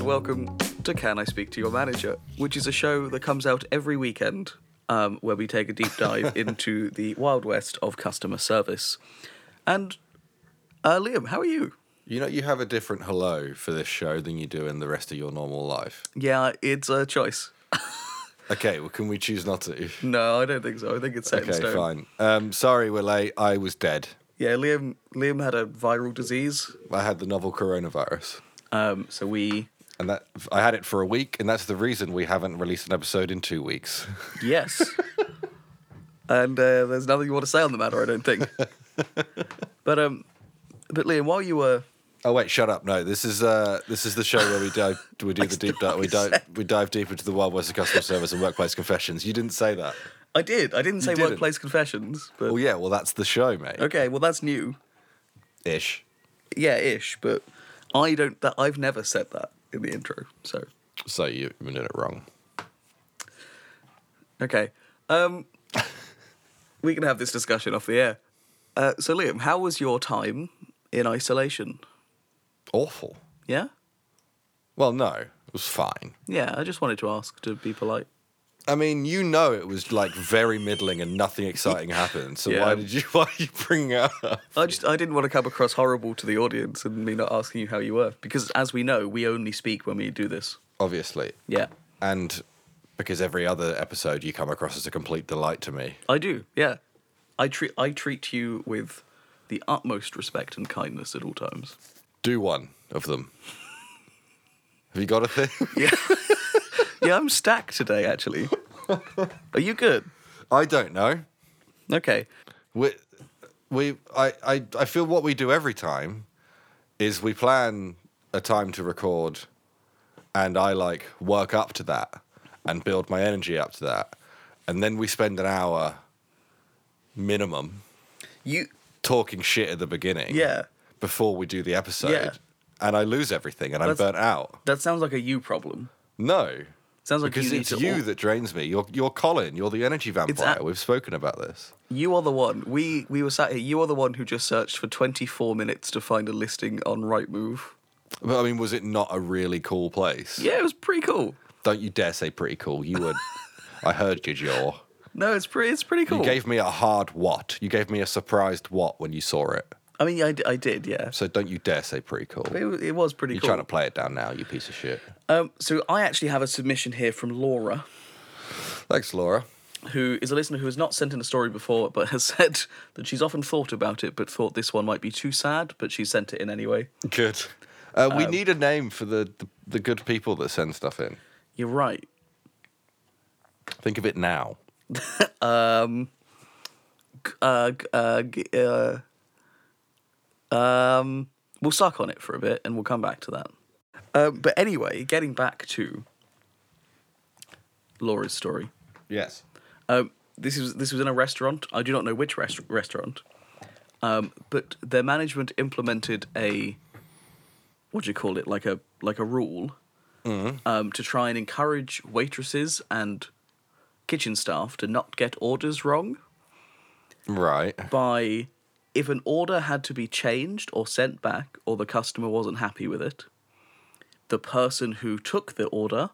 welcome to Can I Speak to Your Manager, which is a show that comes out every weekend um, where we take a deep dive into the wild west of customer service. And uh, Liam, how are you? You know, you have a different hello for this show than you do in the rest of your normal life. Yeah, it's a choice. Okay, well, can we choose not to? No, I don't think so. I think it's set in Okay, stone. fine. Um, sorry, we're late. I was dead. Yeah, Liam. Liam had a viral disease, I had the novel coronavirus, um, so we and that I had it for a week, and that's the reason we haven't released an episode in two weeks. Yes. and uh, there's nothing you want to say on the matter, I don't think. but um, but Liam, while you were Oh wait, shut up! No, this is uh, this is the show where we dive, we do the deep dive, we dive, we dive deep into the wild west of customer service and workplace confessions. You didn't say that. I did. I didn't say didn't. workplace confessions, but Well, yeah, well that's the show, mate. okay. Well, that's new. Ish. Yeah, ish. But I don't. That I've never said that in the intro. So So you you did it wrong. okay. Um, we can have this discussion off the air. Uh, so Liam, how was your time in isolation? Awful. Yeah. Well, no, it was fine. Yeah, I just wanted to ask to be polite. I mean, you know, it was like very middling and nothing exciting happened. So Yeah. why did you why are you bringing it up? I just I didn't want to come across horrible to the audience and me not asking you how you were because as we know we only speak when we do this. Obviously, Yeah, and because every other episode you come across as a complete delight to me. I do. Yeah, I treat I treat you with the utmost respect and kindness at all times. Do one of them. Have you got a thing? Yeah, yeah. I'm stacked today. Actually, are you good? I don't know. Okay. We, we, I, I, I feel what we do every time is we plan a time to record, and I like work up to that and build my energy up to that, and then we spend an hour minimum You talking shit at the beginning. Yeah. Before we do the episode, Yeah. and I lose everything and I'm That's- burnt out. that sounds like a you problem. No. Sounds like because you need it's to you al- that drains me. You're you're Colin. You're the energy vampire. a- We've spoken about this. You are the one. We we were sat here. You are the one who just searched for 24 minutes to find a listing on Rightmove. But I mean, was it not a really cool place? Yeah, it was pretty cool. Don't you dare say pretty cool. You would. I heard you, jaw. No, it's pretty. It's pretty cool. You gave me a hard what. You gave me a surprised what when you saw it. I mean, I, d- I did, yeah. So don't you dare say pretty cool. It, wa- it was pretty You're cool. trying to play it down now, you piece of shit. um, so I actually have a submission here from Laura, Thanks, Laura. who is a listener who has not sent in a story before, but has said that she's often thought about it, but thought this one might be too sad, but she sent it in anyway. Good. Uh, we need a name for the, the the good people that send stuff in. You're right. Think of it now. G- Uh, g- uh, g- uh, um, we'll suck on it for a bit, and we'll come back to that. Um, but anyway, getting back to Laura's story. Yes. Um, this was this was in a restaurant. I do not know which rest- restaurant, um, but their management implemented a what do you call it? Like a like a rule um, to try and encourage waitresses and kitchen staff to not get orders wrong Right. by if an order had to be changed or sent back or the customer wasn't happy with it, the person who took the order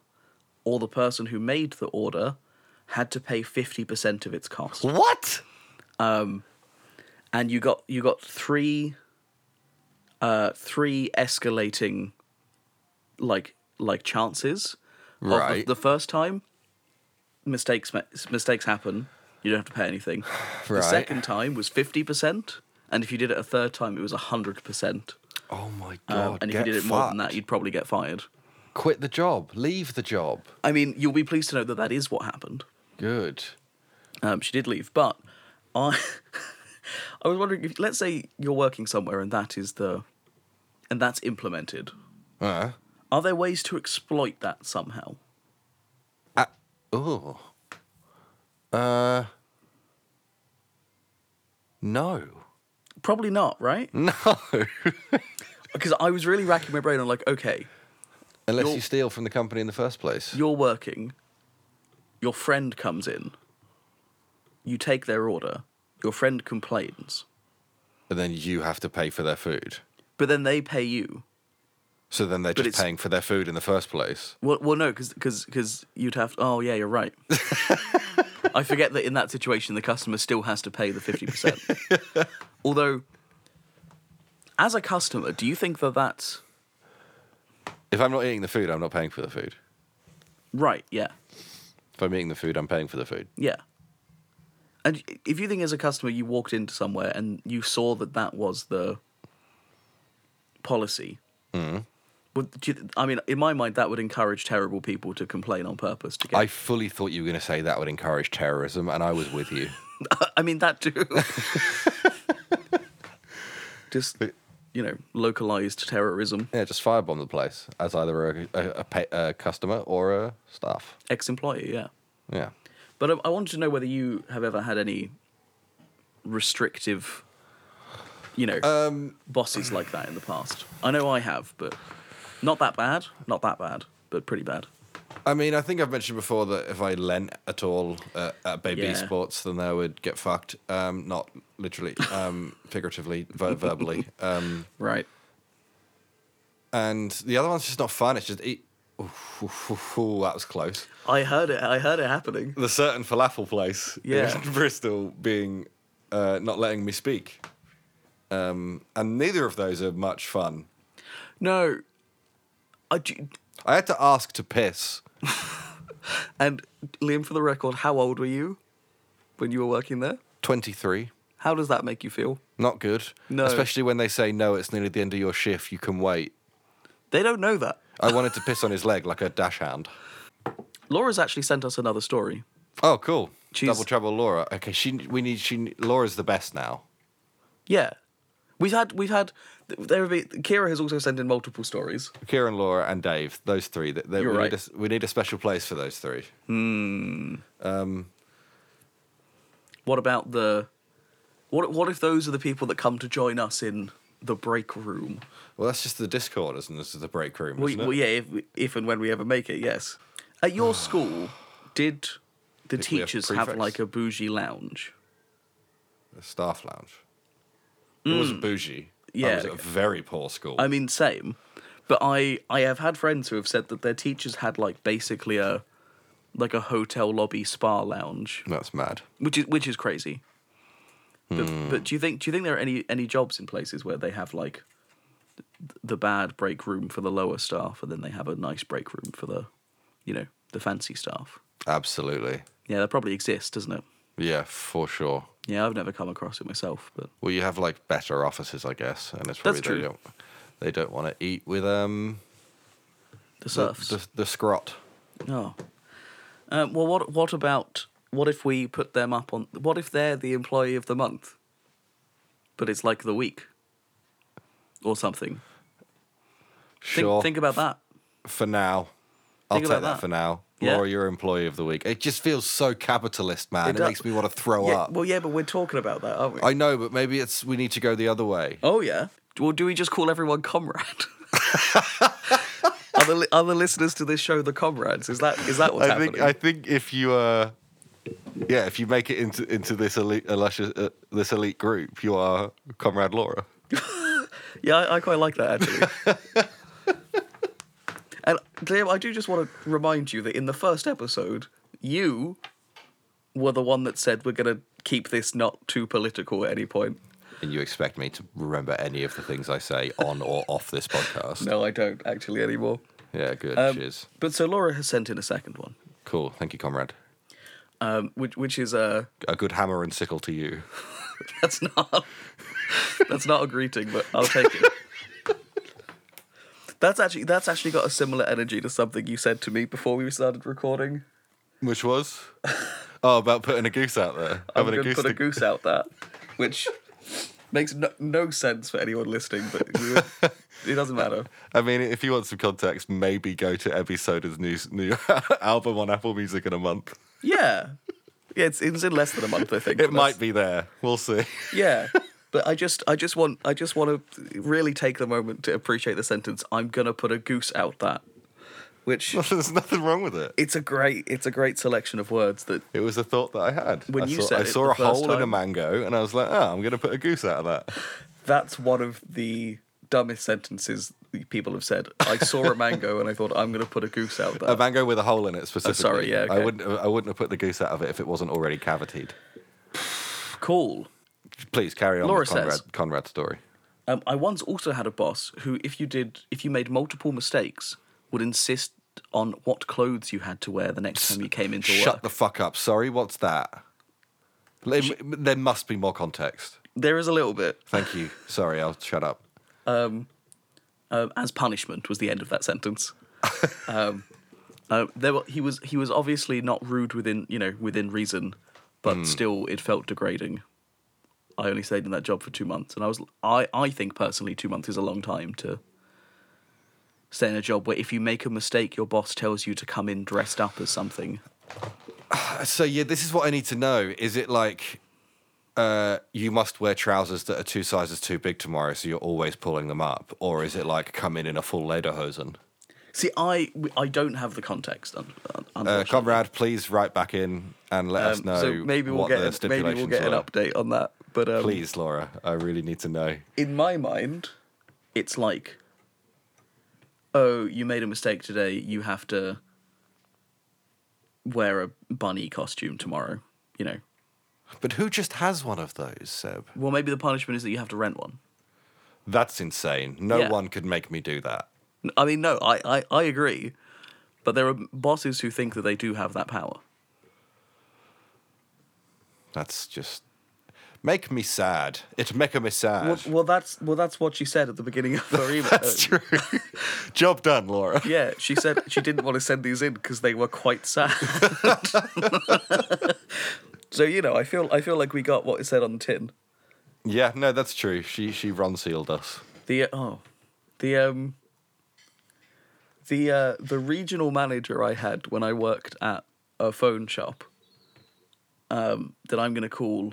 or the person who made the order had to pay 50% of its cost. What? And you got you got three uh three escalating like like chances. of the- Right. The, first time mistakes ma- mistakes happen. You don't have to pay anything. The Right. second time was 50%, and if you did it a third time it was 100%. Oh my god. Um, and if you get did it more than fucked. that, you'd probably get fired. quit the job. Leave the job. I mean, you'll be pleased to know that that is what happened. Good. Um, she did leave, but I, I was wondering if, let's say you're working somewhere and that is the, and that's implemented. Uh, Are there ways to exploit that somehow? uh, oh. Uh. No. Probably not, right? No. Because I was really racking my brain on like, okay, Unless You're- you steal from the company in the first place. you're working, your friend comes in, you take their order, your friend complains, And then you have to pay for their food. but then they pay you. So then they're just it's- paying for their food in the first place. Well, well, no, because you'd have. Oh, yeah, you're right. I forget that in that situation, the customer still has to pay the fifty percent. Although, as a customer, do you think that that's If I'm not eating the food, I'm not paying for the food. right? Yeah, If I'm eating the food, I'm paying for the food. yeah. And if you think as a customer, you walked into somewhere and you saw that that was the policy. Would, do you, I mean, in my mind, that would encourage terrible people to complain on purpose. To get, I fully thought you were going to say that would encourage terrorism, and I was with you. I mean that too. Just you know, localized terrorism. Yeah, just firebomb the place as either a, a, a, pa a customer or a staff. Ex-employee, yeah. Yeah. But um, I wanted to know whether you have ever had any restrictive, you know, bosses like that in the past. I know I have, but not that bad. Not that bad, but pretty bad. I mean, I think I've mentioned before that if I lent at all uh, at Baby Yeah. Sports, then they would get fucked. Um, not literally, um, figuratively, ver- verbally. Um, Right. and the other one's just not fun. It's just eat. Oof, oof, oof, oof, that was close. I heard it. I heard it happening. The certain falafel place Yeah. in Bristol being uh, not letting me speak. Um, and neither of those are much fun. No. I do, I had to ask to piss. and Liam, for the record, how old were you when you were working there? 23. How does that make you feel? Not good. No. Especially when they say, no, it's nearly the end of your shift, you can wait. They don't know that. I wanted to piss on his leg like a dash hand. Laura's actually sent us another story. Oh, cool. She's- Double trouble, Laura. Okay, she we need she Laura's the best now. Yeah, we've had we've had there have been Kira has also sent in multiple stories. Kieran, Laura, and Dave. Those three. That they, You're we, right. need a, we need a special place for those three. What about the what what if those are the people that come to join us in the break room? Well, that's just the Discord, isn't it? This is the break room, Well, isn't well it? yeah, if, we- if and when we ever make it, yes. At your school, did the Think we have teachers have prefects? like a bougie lounge? The staff lounge. It was bougie. I Mm. Yeah. was at a very poor school. I mean, same. But I I have had friends who have said that their teachers had like basically a like a hotel lobby spa lounge. that's mad. which is which is crazy. But, Hmm. but do you think do you think there are any any jobs in places where they have like th- the bad break room for the lower staff, and then they have a nice break room for the, you know, the fancy staff? Absolutely. Yeah, that probably exists, doesn't it? Yeah, for sure. Yeah, I've never come across it myself, but Well, you have like better offices, I guess, and it's probably That's they true. don't they don't want to eat with um the the, serfs. the, the scrot. Oh, um, well, what what about what if we put them up on? What if they're the employee of the month, but it's like the week, or something? Think, Sure. think about that. for now. I'll Think take about that, that. for now. Yeah. Laura, you're employee of the week. It just feels so capitalist, man. It It, does. makes me want to throw Yeah, up. well, yeah, but we're talking about that, aren't we? I know, but maybe it's we need to go the other way. Oh yeah. Well, do we just call everyone comrade? are, the, li- are the listeners to this show the comrades? Is that is that what's I happening? think I think if you uh yeah, if you make it into into this elite illustrious- uh, this elite group, you are comrade Laura. yeah, I, I quite like that actually. and Liam, I do just want to remind you that in the first episode, you were the one that said we're going to keep this not too political at any point. And you expect me to remember any of the things I say on or off this podcast? No, Um, I don't actually anymore. Yeah, good. Cheers. But so Laura has sent in a second one, Cool. Thank you, comrade. um, which which is uh, A good hammer and sickle to you. That's not. that's not a greeting, but I'll take it. That's actually that's actually got a similar energy to something you said to me before we started recording. Which was? Oh, about putting a goose out there. I'm Having going to put a to- goose out that, which makes no, no sense for anyone listening, but we would- it doesn't matter. I mean, if you want some context, maybe go to Ebby Soda's new new album on Apple Music in a month. Yeah, yeah, it's, it's in less than a month, I think. It might be there. We'll see. Yeah, but I just I just want I just want to really take the moment to appreciate the sentence. I'm going to put a goose out that, which There's nothing wrong with it. it's a great it's a great selection of words that It was a thought that I had. When I you saw, said I it saw the a first hole in a time- mango, "Ah, and I was like, "Oh, I'm going to put a goose out of that." that's one of the dumbest sentences people have said. I saw a mango and I thought I'm going to put a goose out there. A mango with a hole in it specifically. sorry, yeah, I okay. wouldn't. I wouldn't have put the goose out of it if it wasn't already cavitied. cool. Please carry on. Laura with Conrad, says- Conrad's story. Um, I once also had a boss who, if you did, if you made multiple mistakes, would insist on what clothes you had to wear the next time you came into Shut work. the fuck up. Sorry, what's that? There- There must be more context. there is a little bit Thank you. Sorry, I'll shut up. um, as punishment was the end of that sentence. um, uh, there were, he was he was obviously not rude within you know within reason, but Hmm. still it felt degrading. I only stayed in that job for two months, and I was I I think personally two months is a long time to stay in a job where if you make a mistake, your boss tells you to come in dressed up as something. So yeah, this is what I need to know. Is it like uh, you must wear trousers that are two sizes too big tomorrow, so you're always pulling them up, or is it like come in in a full lederhosen? See, I I don't have the context. un- un- Uh, unfortunately. comrade, please write back in and let us Um, know. so maybe we'll what the get an, maybe stipulations we'll get an were. update on that. But um, Please, Laura, I really need to know. in my mind, it's like, oh, you made a mistake today. You have to wear a bunny costume tomorrow. You know. But who just has one of those, Seb? Well, maybe the punishment is that you have to rent one. That's insane. No Yeah. one could make me do that. N- I mean, no, I, I, I agree, but there are bosses who think that they do have that power. That's just make me sad. It make me sad. Well, well, that's well, that's what she said at the beginning of her email. That's true. Job done, Laura. Yeah, she said she didn't want to send these in because they were quite sad. so you know, I feel I feel like we got what it said on the tin. Yeah, no, that's true. She she run sealed us. The uh, oh, the um, the uh, the regional manager I had when I worked at a phone shop. Um, that I'm gonna call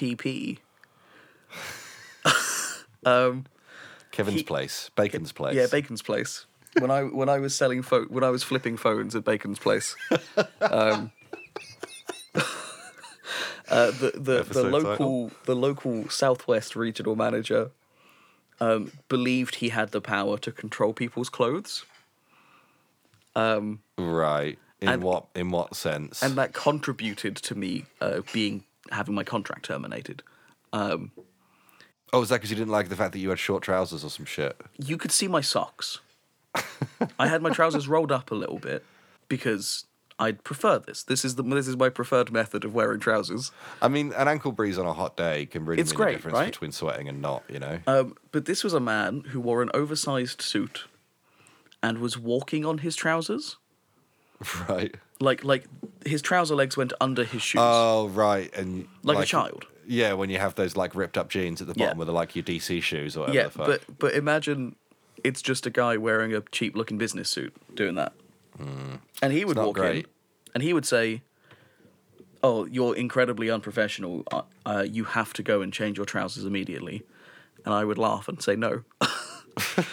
E. PP. Kevin's place, Bacon's place. Yeah, Bacon's Place. When I when I was selling pho- when I was flipping phones at Bacon's Place. Um, uh, the the, the Episode local the local Southwest regional manager um, believed he had the power to control people's clothes, right. In And- what in what sense? and that contributed to me uh, being having my contract terminated. oh, is that because you didn't like the fact that you had short trousers or some shit? you could see my socks. I had my trousers rolled up a little bit because I'd prefer this. This is the this is my preferred method of wearing trousers. I mean, an ankle breeze on a hot day can really It's mean great, the difference right? between sweating and not. You know. Um, but this was a man who wore an oversized suit and was walking on his trousers. right. Like like his trouser legs went under his shoes. Oh, right. And Like a child. Yeah, when you have those like ripped up jeans at the Yeah. bottom with like your DC shoes or whatever yeah, the fuck. but but imagine it's just a guy wearing a cheap looking business suit doing that. And he would Hmm. not walk in great. and he would say, "Oh, you're incredibly unprofessional. Uh, uh, you have to go and change your trousers immediately." And I would laugh and say, "No." um,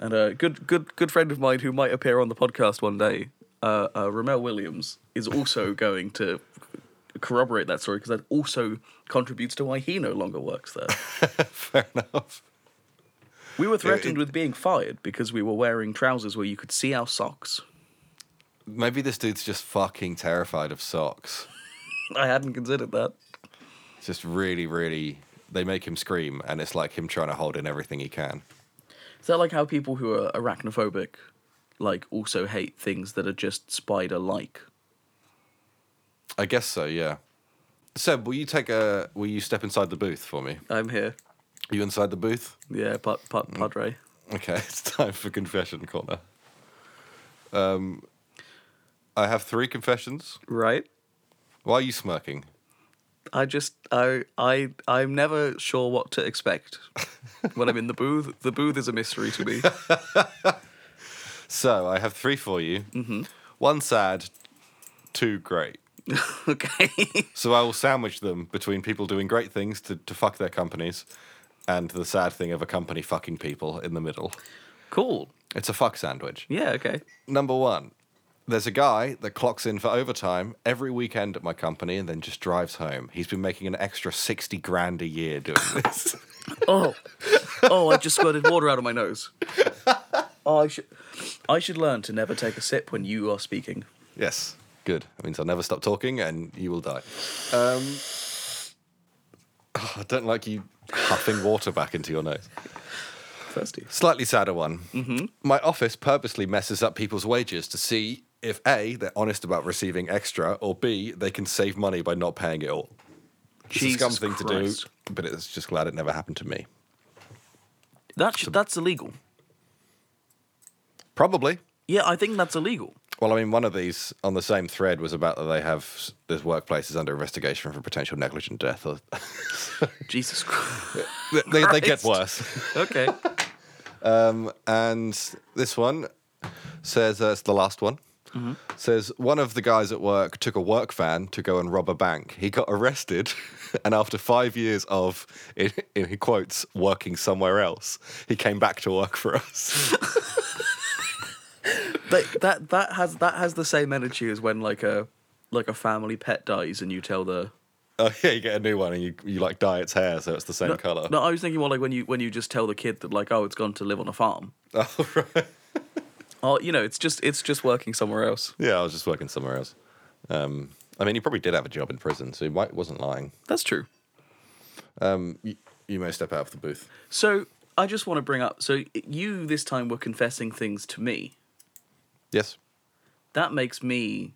and a good good good friend of mine who might appear on the podcast one day, uh, uh, Ramel Williams, is also going to corroborate that story because that also contributes to why he no longer works there. Fair enough. We were threatened it- with being fired because we were wearing trousers where you could see our socks. Maybe this dude's just fucking terrified of socks. I hadn't considered that. It's just really, really. They make him scream, and it's like him trying to hold in everything he can. Is that like how people who are arachnophobic, like, also hate things that are just spider-like? I guess so. Yeah. Seb, will you take a? Will you step inside the booth for me? I'm here. Mm. Are you inside the booth? Yeah, pa- pa- Padre. Okay, it's time for confession corner. Um, I have three confessions. Right. Why are you smirking? I just I I I'm never sure what to expect when I'm in the booth. The booth is a mystery to me. So I have three for you. Mm-hmm. One sad, two great. okay. So I will sandwich them between people doing great things to, to fuck their companies and the sad thing of a company fucking people in the middle. cool. It's a fuck sandwich. Yeah, okay. Number one, there's a guy that clocks in for overtime every weekend at my company and then just drives home. He's been making an extra 60 grand a year doing this. Oh. oh, I just squirted water out of my nose. Oh, I should, I should learn to never take a sip when you are speaking. Yes, good. That means I'll never stop talking and you will die. Um, I don't like you huffing water back into your nose. Thirsty. Slightly sadder one. Mm-hmm. My office purposely messes up people's wages to see if A, they're honest about receiving extra, or B, they can save money by not paying it all. it's a scum Jesus thing Christ. to do, but it's just glad it never happened to me. That should, that's illegal. Probably. Yeah, I think that's illegal. Well, I mean, one of these on the same thread was about that they have this workplace is under investigation for potential negligent death. Or Jesus Christ. they, they, they get Christ. worse. okay. And this one says uh, it's the last one. Mm-hmm. Says one of the guys at work took a work van to go and rob a bank. He got arrested, and after five years of, in, in quotes, working somewhere else, he came back to work for us. That, that that has that has the same energy as when like a like a family pet dies and you tell the oh yeah, you get a new one and you, you like dye its hair so it's the same color. No, I was thinking more like when you when you just tell the kid that like oh it's gone to live on a farm. Oh right. Oh, you know, it's just it's just working somewhere else. Yeah, I was just working somewhere else. Um, I mean, he probably did have a job in prison, so he might wasn't lying. That's true. You, you may step out of the booth. So I just want to bring up. So you this time were confessing things to me. Yes. That makes me.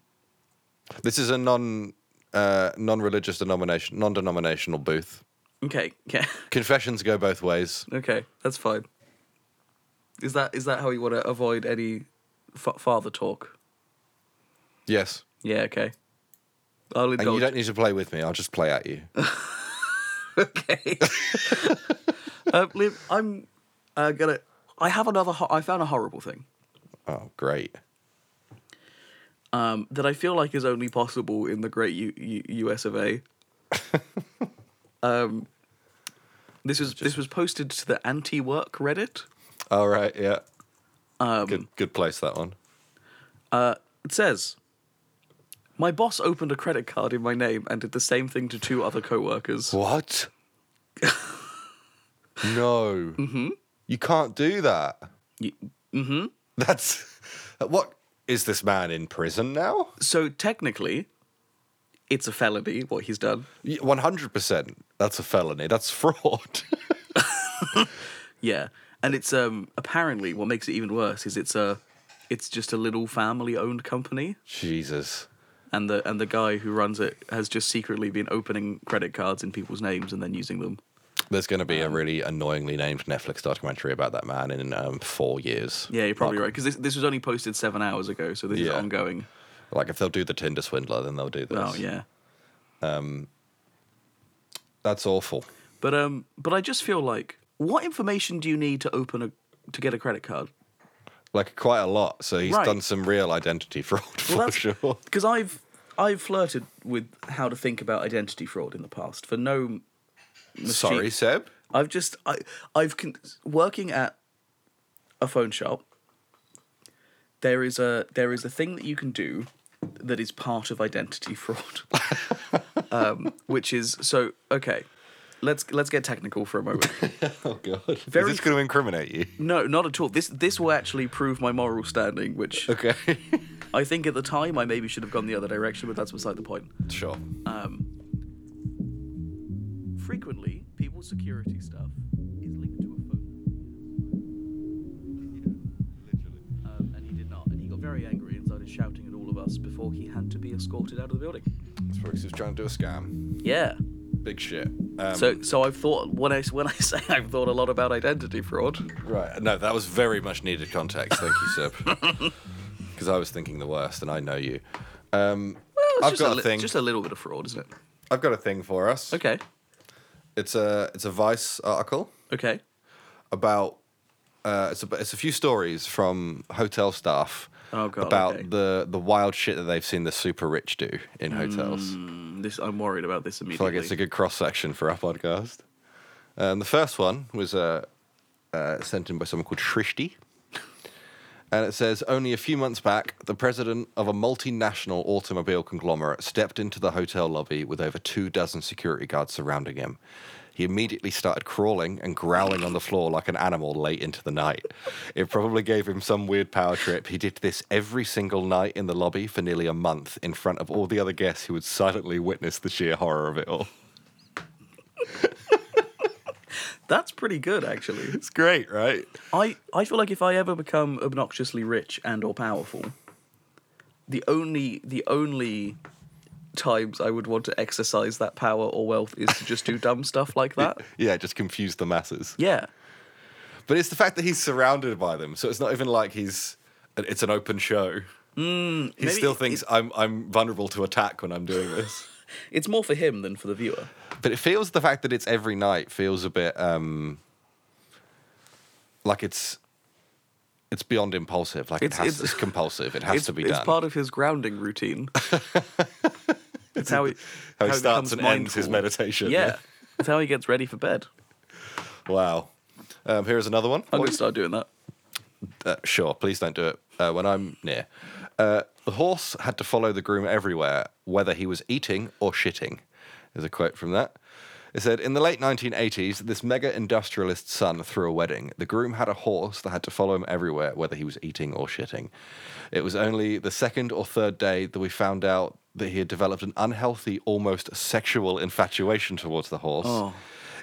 This is a non uh, non-religious denomination, non-denominational booth. Okay. Yeah. Confessions go both ways. Okay. That's fine. Is that is that how you want to avoid any fa- father talk? Yes. Yeah. Okay. I'll And you indulge. don't need to play with me. I'll just play at you. okay. um, Liv, I'm uh, gonna. I have another. Ho- I found a horrible thing. oh, great. um, that I feel like is only possible in the great U- U- US of A. um, this was this was posted to the anti-work Reddit. All right. Yeah. Um, good. Good place that one. It says, "My boss opened a credit card in my name and did the same thing to two other coworkers. What? no. Mm-hmm. You can't do that. Mm-hmm. That's what is this man in prison now? So technically, it's a felony what he's done. One hundred percent. That's a felony. That's fraud. Yeah, and it's um apparently what makes it even worse is it's a it's just a little family-owned company." Jesus. and the and the guy who runs it has just secretly been opening credit cards in people's names and then using them. There's going to Um, be a really annoyingly named Netflix documentary about that man in um, four years. Yeah, you're probably right because this this was only posted seven hours ago, so this is Yeah. ongoing. Like if they'll do the Tinder swindler, then they'll do this. Oh yeah, That's awful. but um, but I just feel like what information do you need to open a to get a credit card? Like quite a lot. So he's Right. done some real identity fraud for sure. because I've I've flirted with how to think about identity fraud in the past for no. mischief- Sorry, Seb. I've just I I've con- working at a phone shop. There is a there is a thing that you can do that is part of identity fraud, um, which is so okay. Let's let's get technical for a moment. Oh god. Very- Is this going to incriminate you? No, not at all. This this will actually prove my moral standing, which Okay. I think at the time I maybe should have gone the other direction, but that's beside the point. sure. Frequently, people's security stuff is linked to a phone. Um, and he did not. And he got very angry and started shouting at all of us before he had to be escorted out of the building. It's because he was trying to do a scam. Yeah. Big shit. Um, So, so I've thought when I when I say I've thought a lot about identity fraud. right. No, that was very much needed context. Thank you, Seb. Because I was thinking the worst, and I know you. Um, It's I've just a got a, li- thing. Just a little bit of fraud, isn't it? I've got a thing for us. Okay. It's a it's a Vice article. Okay. about uh, it's, a, it's a few stories from hotel staff Oh, God, about okay. the, the wild shit that they've seen the super rich do in hotels. Mm, This I'm worried about this I feel like immediately. it's a good cross section for our podcast. Um, the first one was uh, uh, sent in by someone called Shrishti. And it says only a few months back, the president of a multinational automobile conglomerate stepped into the hotel lobby with over two dozen security guards surrounding him. He immediately started crawling and growling on the floor like an animal late into the night. It probably gave him some weird power trip. He did this every single night in the lobby for nearly a month in front of all the other guests who would silently witness the sheer horror of it all. That's pretty good, actually. It's great, right? I, I feel like if I ever become obnoxiously rich and or powerful, the only the only times I would want to exercise that power or wealth is to just do dumb stuff like that. Yeah, just confuse the masses. Yeah. But it's the fact that he's surrounded by them, so it's not even like he's. It's an open show. he maybe still it- thinks I'm I'm vulnerable to attack when I'm doing this. It's more for him than for the viewer. but it feels the fact that it's every night feels a bit um like it's it's beyond impulsive. Like It's- it has it's- it's, compulsive. It has it's, to be it's done. part of his grounding routine. it's how he, how he starts becomes and ends his mindful. meditation. Yeah. It's how he gets ready for bed. Wow. Um, here's another one. I'm going to start doing that. uh, sure, please don't do it uh, when I'm near. Uh, the horse had to follow the groom everywhere, whether he was eating or shitting. There's a quote from that. It said, in the late 1980s, this mega industrialist's son threw a wedding. The groom had a horse that had to follow him everywhere, whether he was eating or shitting. It was only the second or third day that we found out that he had developed an unhealthy, almost sexual infatuation towards the horse. Oh.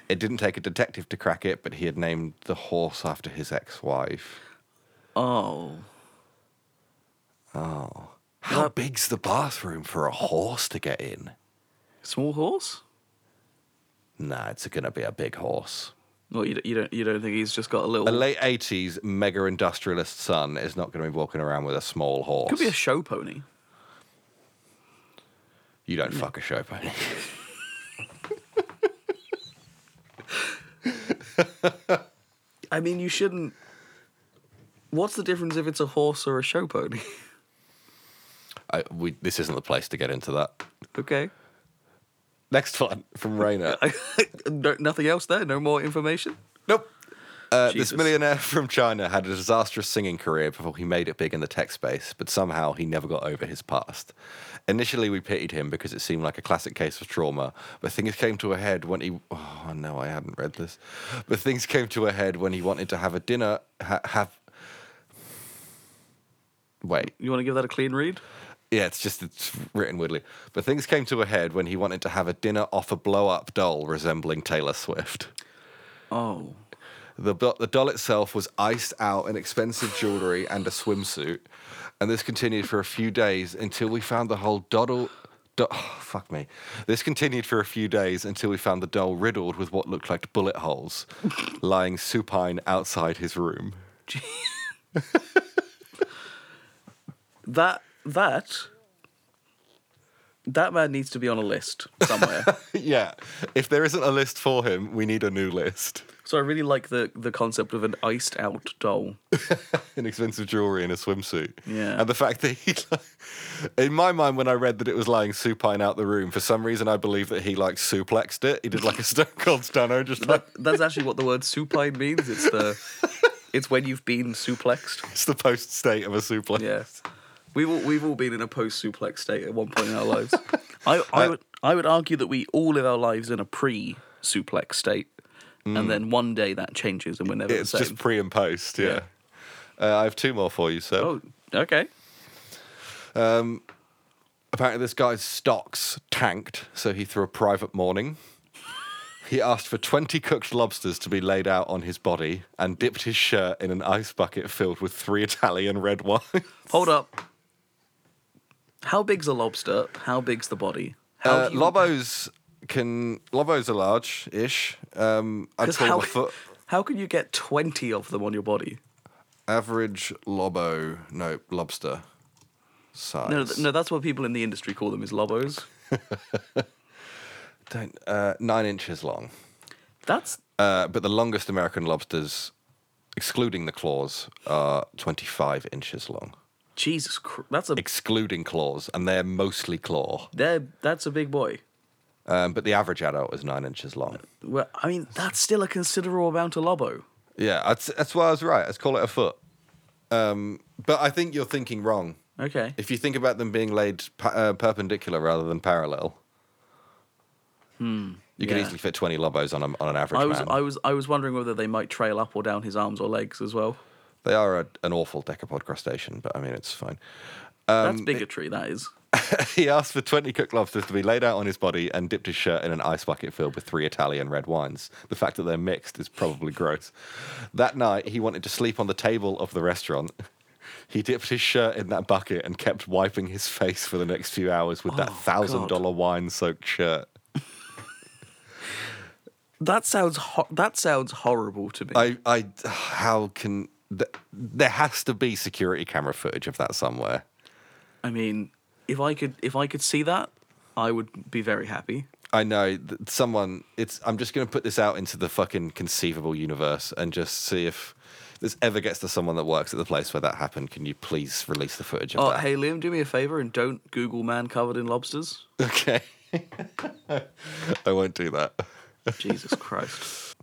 It didn't take a detective to crack it, but he had named the horse after his ex wife. Oh. How big's the bathroom for a horse to get in? Small horse? Nah, it's gonna be a big horse. Well, you, d- you don't you don't think he's just got a little? A late eighties mega industrialist son is not gonna be walking around with a small horse. could be a show pony. you don't fuck a show pony. I mean, you shouldn't. What's the difference if it's a horse or a show pony? I, we, this isn't the place to get into that. okay. Next one from Rainer. no, nothing else there. No more information. Nope. Uh, this Jesus. millionaire from China had a disastrous singing career before he made it big in the tech space, but somehow he never got over his past. Initially, we pitied him because it seemed like a classic case of trauma, but things came to a head when he. Oh no, I hadn't read this. But things came to a head when he wanted to have a dinner. Ha- have. Wait. You want to give that a clean read? Yeah, it's just it's written weirdly. But things came to a head when he wanted to have a dinner off a blow up doll resembling Taylor Swift. Oh. The, do- the doll itself was iced out in expensive jewelry and a swimsuit. And this continued for a few days until we found the whole doddle. Do- oh, fuck me. This continued for a few days until we found the doll riddled with what looked like bullet holes lying supine outside his room. That that that man needs to be on a list somewhere. yeah. If there isn't a list for him, we need a new list. so I really like the the concept of an iced out doll. in expensive jewelry and a swimsuit. Yeah. And the fact that he, like, in my mind, when I read that it was lying supine out the room, for some reason I believe that he like suplexed it. He did like a Stone Cold Stunner, just like That, that's actually what the word supine means. It's the it's when you've been suplexed. it's the post state of a suplex. Yeah. We've all, we've all been in a post suplex state at one point in our lives. I, I would I would argue that we all live our lives in a pre suplex state, and then one day that changes and we're never Mm. It's the same. just pre and post. Yeah. Yeah. Uh, I have two more for you, sir. oh, okay. Apparently, this guy's stocks tanked, so he threw a private mourning. He asked for 20 cooked lobsters to be laid out on his body and dipped his shirt in an ice bucket filled with three Italian red wine. Hold up. How big's a lobster? How big's the body? How Uh, do you- Lobos can Lobos are large ish. Um, I 'cause call how, the foot how can you get twenty of them on your body? average Lobo no lobster size. No, th- no, that's what people in the industry call them is lobos. Don't, uh, nine inches long. That's Uh, but the longest American lobsters, excluding the claws, are twenty-five inches long, Jesus. Cr- that's a excluding claws, and they're mostly claw. they're, that's a big boy. Um, but the average adult is nine inches long. Well, I mean, that's still a considerable amount of lobo. Yeah, that's, that's why I was right. Let's call it a foot. Um, But I think you're thinking wrong. Okay. If you think about them being laid pa- uh, perpendicular rather than parallel, you can Hmm. yeah. easily fit 20 lobos on, a, on an average I was man. I was I was wondering whether they might trail up or down his arms or legs as well. They are a, an awful decapod crustacean, but I mean, it's fine. That's Um, bigotry. That is. he asked for 20 cooked lobsters to be laid out on his body and dipped his shirt in an ice bucket filled with three Italian red wines. The fact that they're mixed is probably gross. That night, he wanted to sleep on the table of the restaurant. He dipped his shirt in that bucket and kept wiping his face for the next few hours with that Oh, $1,000 wine soaked shirt. That sounds ho- that sounds horrible to me. I, I, how can, th- there has to be security camera footage of that somewhere. I mean, if I could if I could see that, I would be very happy. I know that someone. It's. I'm just going to put this out into the fucking conceivable universe and just see if this ever gets to someone that works at the place where that happened. Can you please release the footage of Oh, that? hey Liam, do me a favor and don't Google man covered in lobsters. Okay. I won't do that. Jesus Christ.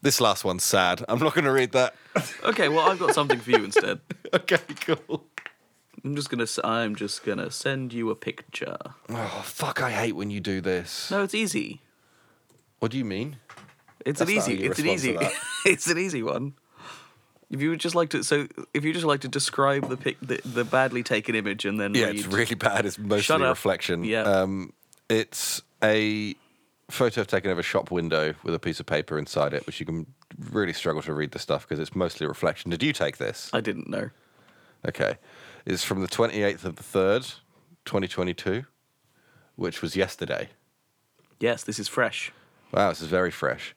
This last one's sad. I'm not going to read that. Okay, well I've got something for you instead. okay, cool. I'm just gonna s- I'm just gonna send you a picture. Oh fuck! I hate when you do this. No, it's easy. What do you mean? It's That's an not easy. how you It's an respond to easy. that. it's an easy one. If you would just like to, so if you just like to describe the pic, the, the badly taken image, and then Yeah, read, it's really bad. It's mostly Shut up. reflection. Yeah. Um, it's a photo taken of a shop window with a piece of paper inside it, which you can really struggle to read the stuff because it's mostly reflection. Did you take this? I didn't know. Okay. It's from the 28th of the 3rd, 2022, which was yesterday. Yes, this is fresh. Wow, this is very fresh.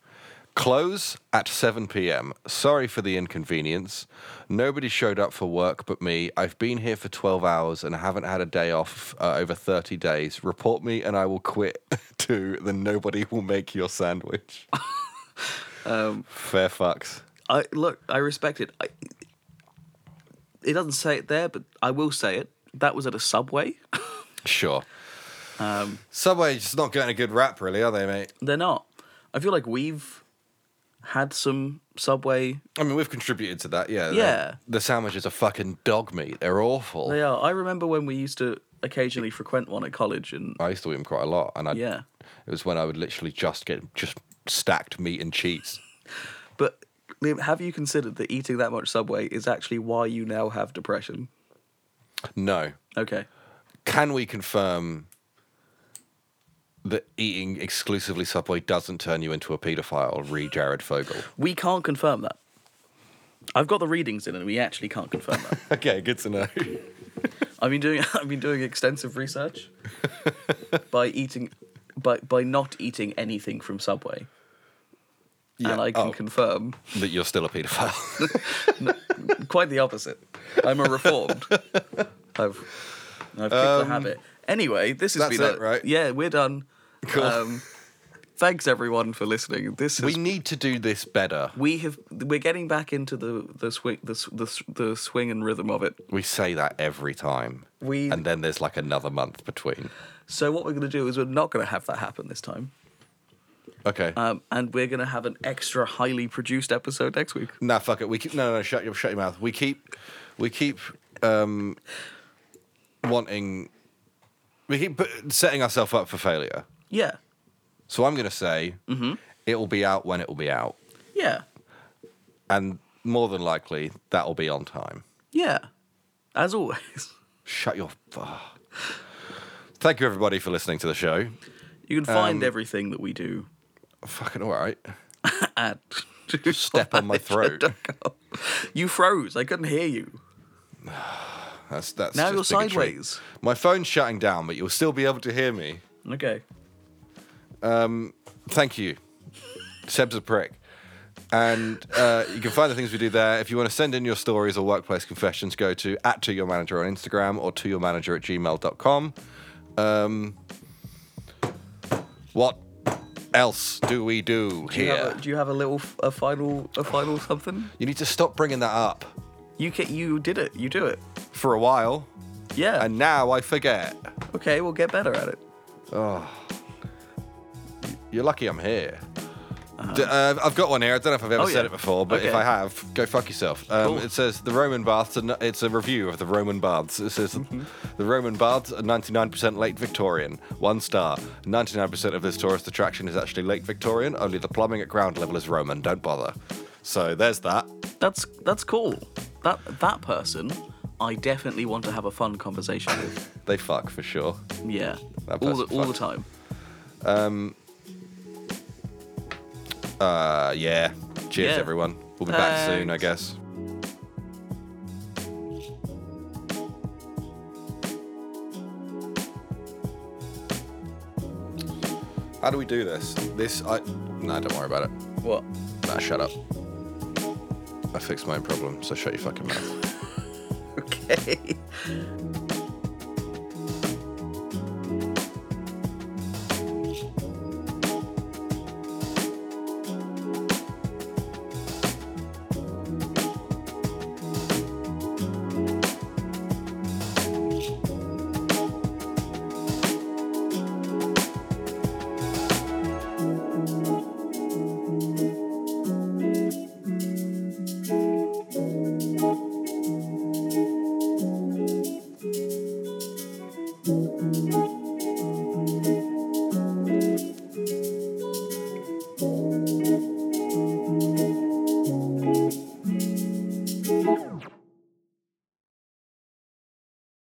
Close at 7 p.m. Sorry for the inconvenience. Nobody showed up for work but me. I've been here for 12 hours and haven't had a day off uh, over 30 days. Report me and I will quit too, then nobody will make your sandwich. Um, Fair fucks. I look. I respect it. I, it doesn't say it there, but I will say it. That was at a subway. Sure. um, Subway's not getting a good rap, really, are they, mate? They're not. I feel like we've had some subway. I mean, we've contributed to that, yeah. Yeah. The, the sandwiches are fucking dog meat. They're awful. They are. I remember when we used to occasionally frequent one at college, and I used to eat them quite a lot, and I Yeah. it was when I would literally just get just stacked meat and cheese. But Liam, have you considered that eating that much Subway is actually why you now have depression? No, Okay. can we confirm that eating exclusively Subway doesn't turn you into a paedophile? Re Jared Fogle. We can't confirm that. I've got the readings in and we actually can't confirm that. okay, good to know. I've been doing I've been doing extensive research by eating by by not eating anything from Subway. Yeah, And I can oh. confirm that you're still a paedophile. quite the opposite. I'm a reformed. I've I've picked the habit. Anyway, this has Um, that's been a- it, right? Yeah, we're done. Cool. Um, thanks everyone for listening. This has we need to do this better. we have we're getting back into the the swing the s- the, s- the swing and rhythm of it. We say that every time. We- and then there's like another month between. So what we're going to do is we're not going to have that happen this time, Okay. um, and we're going to have an extra highly produced episode next week. Nah, fuck it. We keep no, no, no. Shut your shut your mouth. We keep, we keep, um, wanting, we keep put, setting ourselves up for failure. Yeah, So I'm gonna say Mm-hmm. it will be out when it will be out, yeah, and more than likely that will be on time. yeah. As always, Shut your. ah. Thank you everybody for listening to the show. you can Um, find everything that we do Fucking all right. at Step on my throat. You froze. I couldn't hear you. That's that's Now just you're bigotry. sideways. My phone's shutting down, but you'll still be able to hear me. Okay. Thank you. Seb's a prick. And uh, you can find the things we do there. If you want to send in your stories or workplace confessions, go to at to your manager on Instagram or to your manager at gmail.com. Um, what else do we do Do you, here? have a, do you have a little f- a final a final something? you need to stop bringing that up You ca you did it. You do it. for a while, Yeah. and now I forget. okay, we'll get better at it. You're lucky I'm here. I D- Uh, I've got one here. I don't know if I've ever Uh-huh. Oh, said yeah. it before, but if Okay. I have, go fuck yourself. Um, Cool. It says the Roman baths. Are n- it's a review of the Roman baths. It says Mm-hmm. the Roman baths are 99% late Victorian. One star. 99% of this tourist attraction is actually late Victorian. Only the plumbing at ground level is Roman. Don't bother. So there's that. That's that's cool. That that person, I definitely want to have a fun conversation with. They fuck for sure. Yeah, That all the person all the fucks. time. Uh, yeah. Cheers, Yeah. everyone. We'll be back soon, I Thanks. guess. How do we do this? This, I. Nah, don't worry about it. What? Nah, shut up. I fixed my own problem, so shut your fucking mouth. Okay.